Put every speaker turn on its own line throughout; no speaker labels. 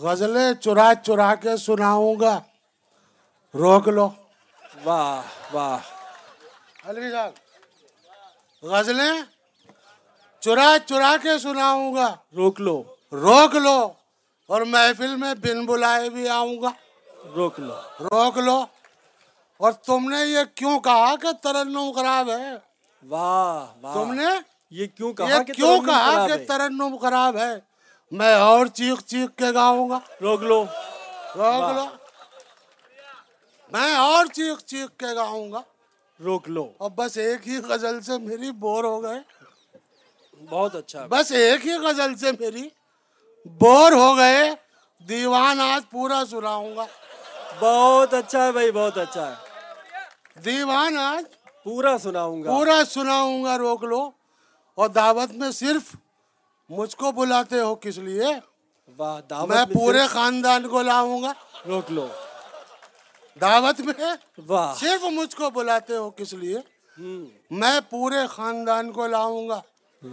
غزلیں چرا چرا کے سناؤں گا روک لو
واہ واہ
علوی صاحب غزلیں چرا چرا کے سناؤں گا
روک لو
روک لو اور محفل میں بن بلائے بھی آؤں گا
روک لو
روک لو اور تم نے یہ کیوں کہا کہ ترنم خراب ہے
واہ واہ
تم نے
یہ کیوں ہاں۔ کہا
یہ
کہ
کیوں
ترنم
کہا
خراب
کہ
ہے؟
ترنم خراب ہے میں اور چیخ چیخ کے گاؤں گا
روک لو
روک لو میں اور چیخ چیخ کے گاؤں گا
روک لو
اور بس ایک ہی غزل سے میری بور ہو گئے
بہت اچھا
بس ایک ہی غزل سے میری بور ہو گئے دیوان آج پورا سناؤں گا
بہت اچھا ہے بھائی بہت اچھا ہے
دیوان آج
پورا سناؤں گا
پورا سناؤں گا روک لو اور دعوت میں صرف مجھ کو بلاتے ہو کس لیے
واہ
میں
دعوت میں
پورے
صرف-
خاندان کو لاؤں گا
روک لو
دعوت میں
واہ
صرف مجھ کو بلاتے ہو کس لیے
ہوں،
میں پورے خاندان کو لاؤں گا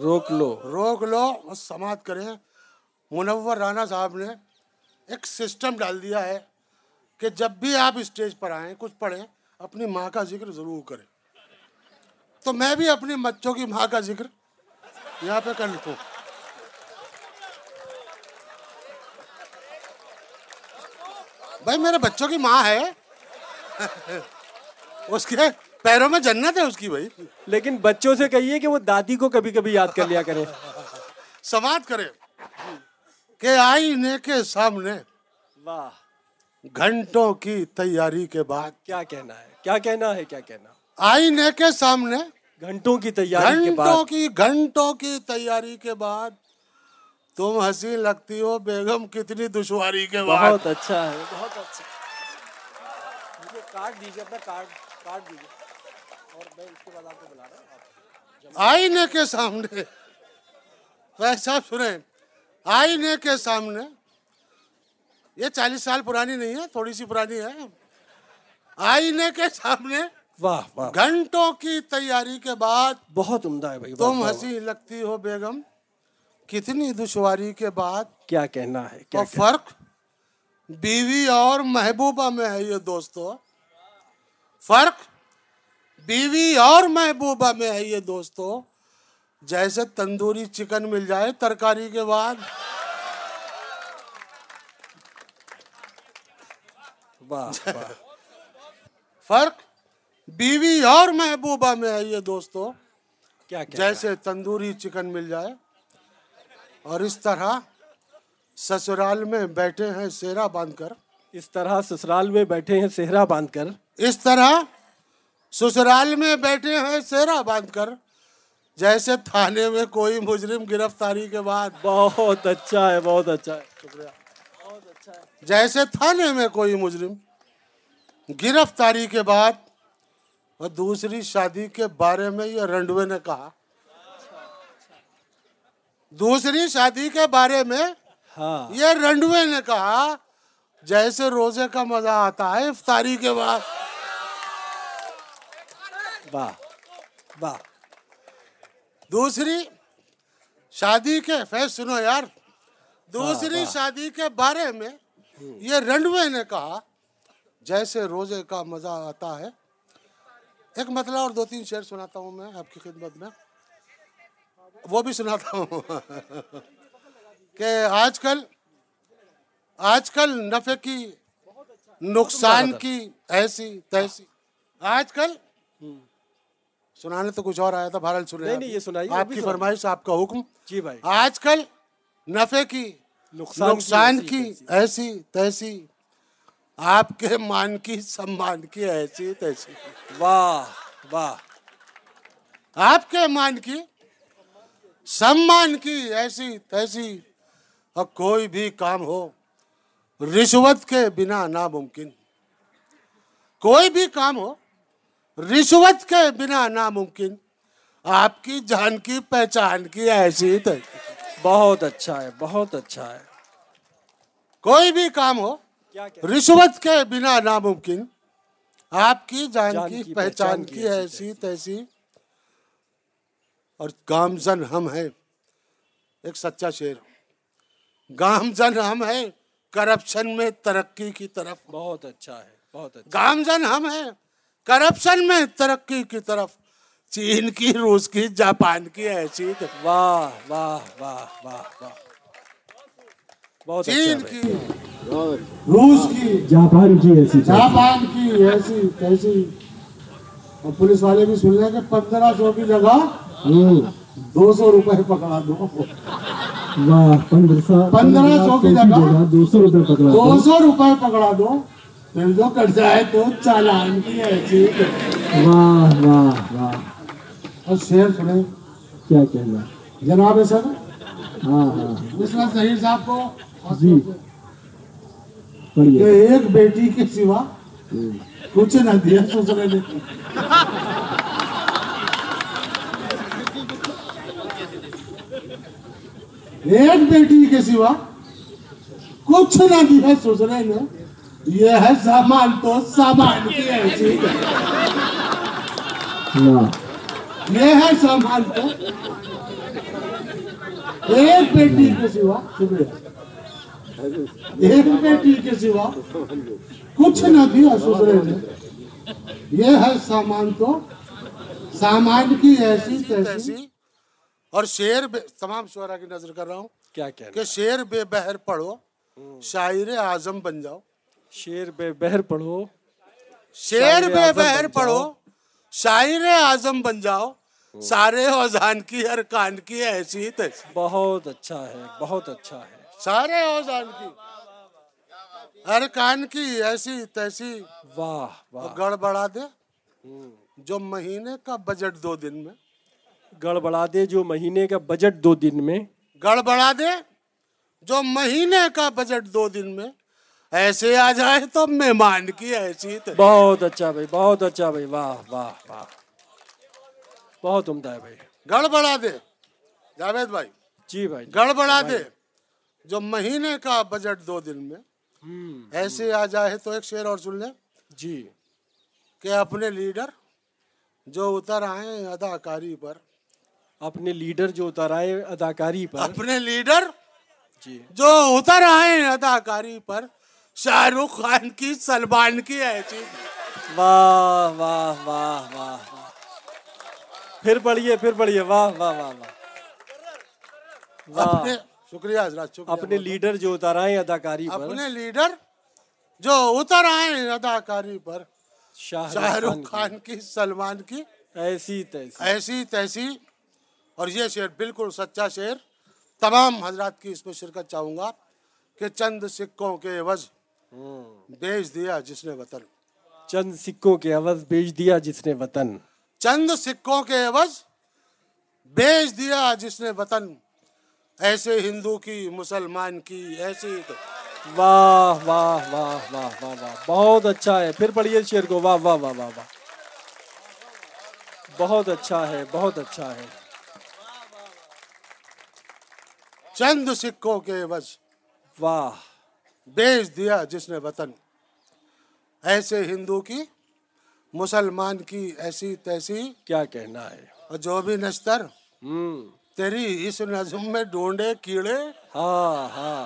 روک لو
روک لو اور سماعت کریں منور رانا صاحب نے ایک سسٹم ڈال دیا ہے کہ جب بھی آپ اسٹیج پر آئیں کچھ پڑھیں اپنی ماں کا ذکر ضرور کریں تو میں بھی اپنی بچوں کی ماں کا ذکر یہاں پہ کر لوں بھائی میرے بچوں کی ماں ہے اس کے پیروں میں جنت ہے اس کی بھائی
لیکن بچوں سے کہیے کہ وہ دادی کو کبھی کبھی یاد کر لیا کریں
سماعت کرے کہ آئینے کے سامنے
واہ
گھنٹوں کی تیاری کے بعد
کیا کہنا ہے کیا کہنا ہے کیا کہنا
آئینے کے سامنے
گھنٹوں کی تیاری کے
گھنٹوں
بعد
کی گھنٹوں کی تیاری کے بعد تم ہنسی لگتی ہو بیگم کتنی دشواری کے بعد
بہت اچھا ہے بہت اچھا مجھے کارڈ دیجیے اپنا کارڈ کارڈ دیجیے اور میں اس کے بعد آپ کو بلا رہا ہوں
آئینے کے سامنے فیض صاحب سنیں آئینے کے سامنے یہ چالیس سال پرانی نہیں ہے تھوڑی سی پرانی ہے آئینے کے سامنے
واہ واہ
گھنٹوں کی تیاری کے بعد
بہت عمدہ ہے بھائی واہ،
تم
واہ، واہ۔
ہنسی لگتی ہو بیگم کتنی دشواری کے بعد
کیا کہنا ہے کیا
اور فرق بیوی اور محبوبہ میں ہے یہ دوستو فرق بیوی اور محبوبہ میں ہے یہ دوستو جیسے تندوری چکن مل جائے ترکاری کے بعد
کہنا- واہ واہ
فرق بیوی اور محبوبہ میں ہے یہ دوستو
کیا کہنا ہے؟
جیسے تندوری چکن مل جائے اور اس طرح سسرال میں بیٹھے ہیں سیرا باندھ کر
اس طرح سسرال میں بیٹھے ہیں صحرا باندھ کر
اس طرح سسرال میں بیٹھے ہیں سیرا باندھ کر جیسے تھانے میں کوئی مجرم گرفتاری کے بعد
بہت اچھا ہے بہت اچھا ہے شکریہ
جیسے تھانے میں کوئی مجرم گرفتاری کے بعد اور دوسری شادی کے بارے میں یہ رنڈوے نے کہا دوسری شادی کے بارے میں
ہاں
یہ رنڈوے نے کہا جیسے روزے کا مزہ آتا ہے افطاری کے بعد
واہ واہ
دوسری شادی کے فیض سنو یار دوسری شادی کے بارے میں یہ رنڈوے نے کہا جیسے روزے کا مزہ آتا ہے ایک مطلع اور دو تین شعر سناتا ہوں میں آپ کی خدمت میں وہ بھی سناتا ہوں کہ آج کل آج کل نفع کی
اچھا۔
نقصان کی ایسی تیسی آج کل سنانے تو کچھ اور آیا تھا بہرحال
نہیں،
سنے
نہیں، یہ سنائیے، وہ
آپ
بھی
کی
سنائیے۔
فرمائش آپ کا حکم
جی بھائی
آج کل نفع کی
نقصان کی
نقصان
ایسی
کی
تیسی۔
ایسی تیسی آپ کے مان کی سمان کی ایسی تیسی
واہ واہ
آپ کے مان کی سمان کی ایسی تیسی اور کوئی بھی کام ہو رشوت کے بنا ناممکن کوئی بھی کام ہو رشوت کے بنا ناممکن آپ کی جان کی پہچان کی ایسی تیسی
بہت اچھا ہے بہت اچھا ہے
کوئی بھی کام ہو
کیا کہنا
رشوت کے بنا ناممکن آپ کی جان
جان
کی
کی
پہچان کی ایسی تیسی اور گامزن ہم ہیں ایک سچا شعر گامزن ہم ہیں کرپشن میں ترقی کی طرف
بہت اچھا ہے بہت اچھا
گامزن ہم ہیں کرپشن میں ترقی کی طرف چین کی روس کی جاپان کی ایسی
واہ واہ واہ واہ واہ بہت
چین
اچھا
کی
روس کی
جاپان کی جی ایسی چیز
جاپان کی ایسی کیسی اور پولیس والے بھی سن لیں کہ پندرہ سو کی جگہ
ہوں،
دو سو روپے پکڑا دو
واہ پندرہ سو
پندرہ سو کی جگہ
دو سو روپے پکڑا
دو سو روپے پکڑا دو پھر جو کٹ جائے تو چالان کی ایسی
واہ واہ واہ
اور شیر سنیں
کیا کہنا
جناب سر
ہاں ہاں
مسلم ظہیر صاحب کو اور
جی۔
کہ
پڑھیے
ایک بیٹی کے سوا کچھ نہ دیا سسرے نے ایک بیٹی کے سوا کچھ نہ دیا سسرے نے یہ ہے سامان تو سامان کی ایسی ہے
واہ
یہ ہے سامان تو ایک بیٹی کے سوا شکریہ ایک بیٹی کے سوا کچھ نہ دیا سسرے نے یہ ہے سامان تو سامان کی ایسی تیسی
ایسی اور شعر بے- تمام شعرا کی نظر کر رہا ہوں
کیا کہنا
کہ شعر بے بہر پڑھو شاعر اعظم بن جاؤ
شیر بے بہر پڑھو
شعر
شاعر
بے
اعظم
بہر
بن
پڑھو
جاؤ۔
شاعر اعظم بن جاؤ سارے اوزان کی ارکان کی ایسی تیسی
بہت اچھا ہے بہت اچھا ہے
سارے اوزان کی ارکان کی ایسی تیسی
واہ واہ
گڑبڑا دے جو مہینے کا بجٹ دو دن میں
گڑبڑا دے جو مہینے کا بجٹ دو دن میں
گڑبڑا دے جو مہینے کا بجٹ دو دن میں ایسے آ جائے تو مہمان کی حیثیت ہے۔
بہت اچھا بھائی بہت اچھا بھائی واہ واہ واہ بہت عمدہ ہے بھائی
گڑبڑا دے جاوید بھائی
جی بھائی جی
گڑبڑا دے جو مہینے کا بجٹ دو دن میں
ہوں،
ایسے آ جائے تو ایک شعر اور سن لیں
جی
کہ اپنے لیڈر جو اتر آئے اداکاری پر
اپنے لیڈر جو اتر آئے اداکاری پر
اپنے لیڈر
جی
جو اتر آئے اداکاری پر شاہ رخ خان کی سلمان کی حیثیت ہے۔
واہ واہ واہ واہ واہ پھر پڑھیے پھر پڑھیے واہ واہ واہ واہ
اپنے شکریہ حضرات شکریہ
اپنے لیڈر جو اتر آئے اداکاری پر
اپنے لیڈر جو اتر آئے اداکاری پر
شاہ
شاہ
رخ
رخ خان کی سلمان کی
خان ایسی تیسی
ایسی تیسی اور یہ شعر بالکل سچا شعر تمام حضرات کی اس میں شرکت چاہوں گا کہ چند سکوں کے عوض بیچ دیا جس نے وطن
چند سکوں کے عوض بیچ دیا جس نے وطن
چند سکوں کے عوض بیچ دیا جس نے وطن ایسے ہندو کی مسلمان کی ایسی
واہ واہ واہ واہ واہ واہ بہت اچھا ہے پھر پڑھیے شعر کو واہ واہ واہ واہ واہ بہت اچھا ہے بہت اچھا ہے
چند سکوں کے عوض
واہ
بیچ دیا جس نے وطن ایسے ہندو کی مسلمان کی ایسی تیسی
کیا کہنا ہے
اور جو بھی نشتر
ہوں
تیری اس نظم میں ڈھونڈے کیڑے
ہاں ہاں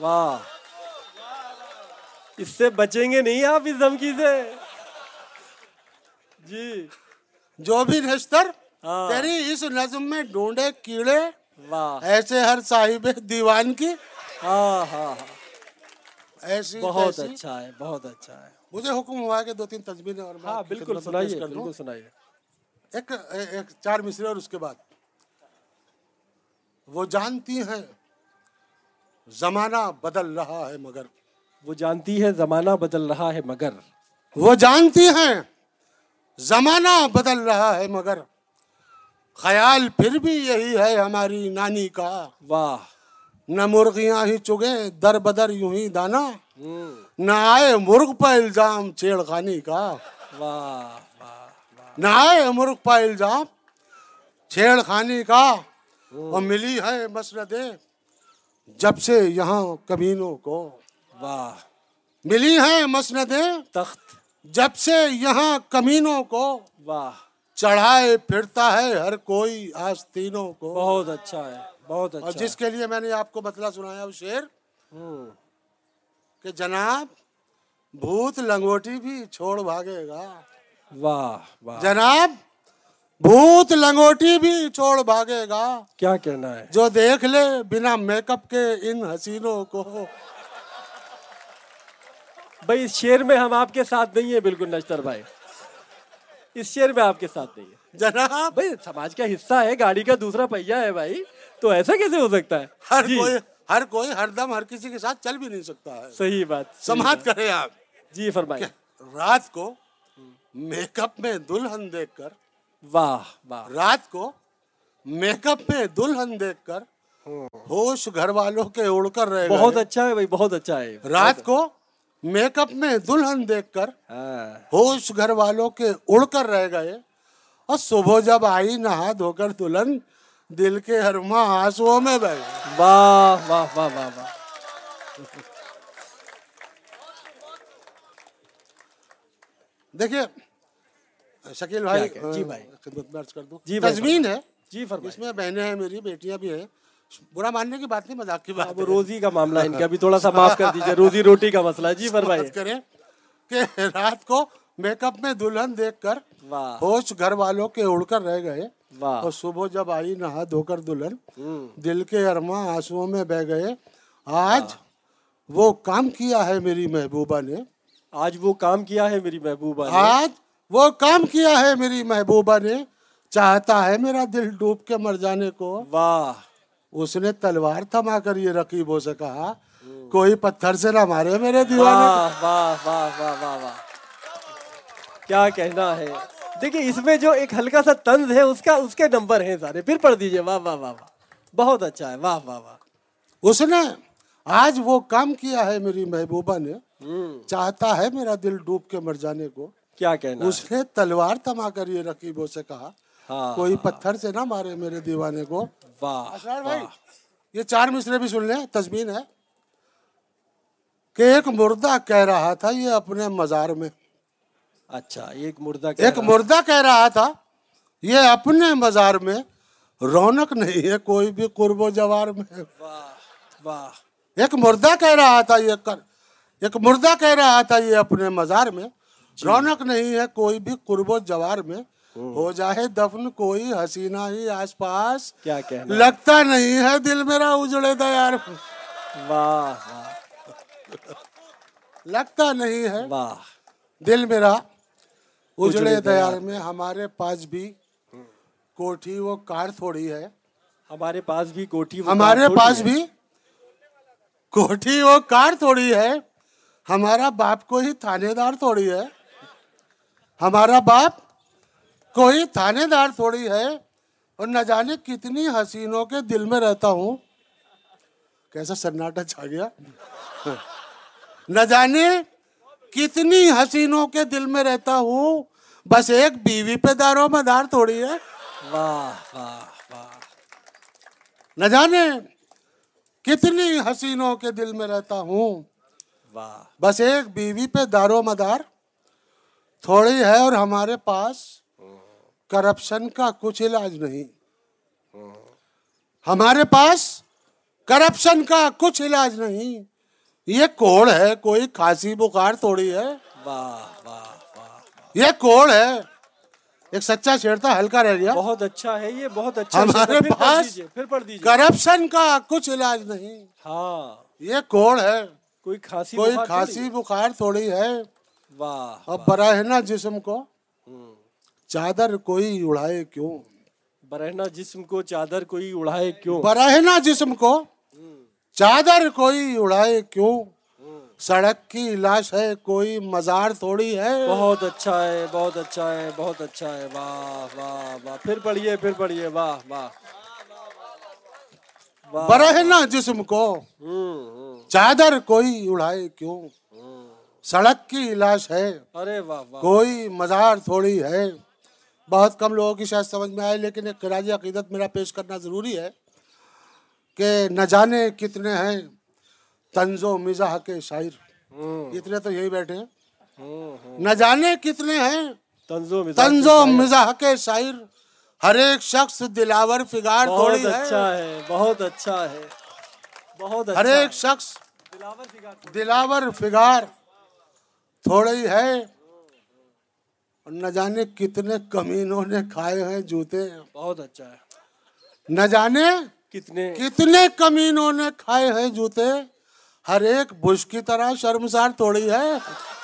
واہ اس سے بچیں گے نہیں آپ اس دھمکی سے جی
جو بھی نشتر
ہاں۔
تیری اس نظم میں ڈھونڈے کیڑے
واہ
ایسے ہر صاحب دیوان کی
ہاں ہاں ہاں
ایسی
بہت
تیسی
اچھا ہے بہت اچھا ہے
مجھے حکم ہوا کہ دو تین تجویزیں اور میں
ہاں
آپ کی
بالکل
خدمت میں پیش
سنائیے
کر دوں۔
بالکل سنائیے
ایک ایک چار مصرے اور اس کے بعد وہ جانتی ہیں زمانہ بدل رہا ہے مگر
وہ جانتی ہے زمانہ بدل رہا ہے مگر
وہ جانتی ہیں زمانہ بدل رہا ہے مگر خیال پھر بھی یہی ہے ہماری نانی کا
واہ
نہ مرغیاں ہی چگے در بدر یوں ہی دانا
ہوں،
نہ آئے مرغ پہ الزام چھیڑ خانی کا
واہ واہ واہ
نہ آئے مرغ پہ الزام چھیڑ خانی کا اور ملی ہے مسندیں جب سے یہاں کمینوں کو
واہ
ملی ہیں مسندیں
تخت
جب سے یہاں کمینوں کو
واہ
چڑھائے پھرتا ہے ہر کوئی آستینوں کو
بہت اچھا ہے بہت
اور
اچھا ہے
جس کے لیے میں نے آپ کو مطلع سنایا وہ شعر
हम्म
कि जनाब भूत लंगोटी भी छोड़ भागेगा
वाह वाह
जनाब भूत लंगोटी भी छोड़ भागेगा
क्या कहना है
जो देख ले बिना मेकअप के इन हसीनों को
भाई इस शेर में हम आपके साथ नहीं है बिल्कुल नश्तर भाई इस शेर में आपके साथ नहीं है
जनाब
भाई समाज का हिस्सा है गाड़ी का दूसरा पहिया है भाई तो ऐसा कैसे हो सकता है
हर
जी,
कोई हर कोई हरदम हर किसी के साथ चल भी नहीं सकता है
सही बात सही
समाज
बात।
करे आप
जी फरमाइए
रात को मेकअप में दुल्हन देखकर
वाह वाह
रात को मेकअप में दुल्हन देखकर होश घर वालों के उड़कर रह गए।
बहुत अच्छा है भाई बहुत अच्छा है
रात को मेकअप में दुल्हन देखकर
हाँ,
होश घर वालों के उड़कर रह गए और सुबह जब आई नहा धोकर दुल्हन दिल के हरमा आंसुओं में बह गई।
वाह वाह वाह वाह वाह
देखिए शकील भाई
क्या कहें? जी
अ,
भाई।
खिदमत में अर्ज कर दूं
जी भाई,
तजमीन है
जी फरमाइए
इसमें बहनें हैं मेरी बेटियां भी हैं बुरा मानने की बात नहीं मजाक की बात
अब
है।
रोजी का मामला है इनका भी थोड़ा सा माफ कर दीजिए रोजी रोटी का मसला है। जी फरमाइए
बात करें कि रात को मेकअप में दुल्हन देखकर
वाह
होश घर वालों के उड़कर रह गए
वाह
और सुबह जब आई नहा धोकर दुल्हन दिल के अरमा आंसुओं में बह गए आज वो काम किया है मेरी महबूबा ने
आज वो काम किया है मेरी महबूबा ने
आज वो काम किया है मेरी महबूबा ने चाहता है मेरा दिल डूब के मर जाने को
वाह
उसने तलवार थमा कर ये रकीबों से कहा कोई पत्थर से ना मारे मेरे दीवाने को।
वाह वाह वाह वाह वाह वाह क्या कहना है देखिए इसमें जो एक हल्का सा तंज है उसका उसके नंबर हैं सारे फिर पढ़ दीजिए वाह वाह वाह वाह बहुत अच्छा है वाह वाह वाह
उसने आज वो काम किया है मेरी महबूबा ने
हम्म,
चाहता है मेरा दिल डूब के मर जाने को
क्या कहना है?
उसने तलवार थमा कर ये रकीबों से कहा
हाँ,
कोई पत्थर से ना मारे मेरे दीवाने को
वाह
असरार भाई
वाह,
ये चार मिसरे भी सुन लें तस्मीन है कि एक मुर्दा कह रहा था ये अपने मजार में
अच्छा एक मुर्दा कह
एक
रहा-
मुर्दा कह रहा था ये अपने मजार में रौनक नहीं है कोई भी कुर्बो जवार में
वाह वाह
एक मुर्दा कह रहा था ये कर एक मुर्दा कह रहा था ये अपने मजार में रौनक नहीं है कोई भी कुर्बो जवार में हो जाए दफन कोई हसीना ही आसपास
क्या कहना है?
लगता नहीं है दिल मेरा उजड़े दयार में।
वाह वाह
लगता नहीं है
वाह
दिल मेरा
उजड़े
उजड़े
दयार
दयार में हमारे पास भी कोठी वो कार थोड़ी है
हमारे पास भी कोठी वो
हमारे
थोड़ी
पास
है।
भी कोठी वो कार थोड़ी है हमारा बाप को ही थानेदार थोड़ी है हमारा बाप को ही थानेदार थोड़ी है और न जाने कितनी हसीनों के दिल में रहता हूँ कैसा सन्नाटा छा गया न जाने कितनी हसीनों के दिल में रहता हूँ बस एक बीवी पे दारो मदार थोड़ी है
वाह वाह वाह
न जाने कितनी हसीनों के दिल में रहता हूँ
वाह
बस एक बीवी पे दारो मदार थोड़ी है और हमारे पास करप्शन का कुछ इलाज नहीं हमारे पास करप्शन का कुछ इलाज नहीं ये कोड़ है कोई खांसी बुखार थोड़ी है
वाह वाह वाह
ये कोड़ है एक सच्चा शेर था हल्का रह गया
बहुत अच्छा है ये बहुत अच्छा
हमारे
शब्द है। फिर पढ़
पास
दीजिए, फिर पढ़ दीजिए
करप्शन का कुछ इलाज नहीं
हाँ
ये कोड़ है
कोई खांसी
कोई
बुखार
खांसी
थोड़ी?
बुखार थोड़ी है
वाह
और बरा है ना जिस्म को चादर कोई उड़ाए क्यों
बरहना जिस्म को चादर कोई उड़ाए क्यों
बरा है ना जिस्म को चादर कोई उड़ाए क्यों सड़क की लाश है कोई मजार थोड़ी है
बहुत अच्छा है बहुत अच्छा है बहुत अच्छा है वाह वाह वाह फिर पढ़िए फिर पढ़िए वाह वाह वाह
बरा है ना जिस्म को
हम्म, हम्म।
चादर कोई उड़ाए क्यों सड़क की लाश है
अरे वाह वाह
कोई मजार थोड़ी है बहुत कम लोगों की शायद समझ में आए लेकिन एक खराज अकीदत मेरा पेश करना ज़रूरी है कि न जाने कितने हैं तंजो मिजाह के शायर
हम्म,
इतने तो यही बैठे हैं
हम्म, हम्म।
न जाने कितने हैं
तंजो मिजाज
तंजो
के शायर।
मिजाह के शायर हर एक शख्स दिलावर फिगार थोड़ी
اچھا، बहुत अच्छा
है
اچھا है बहुत अच्छा है बहुत
हर
अच्छा है।
एक शख्स
दिलावर सिगार
दिलावर फिगार थोड़े ही है और न जाने कितने कमीनों ने खाए हैं जूते
बहुत अच्छा है
न जाने
कितने
कितने कमीनों ने खाए हैं जूते हर एक बुश की तरह शर्मसार थोड़ी है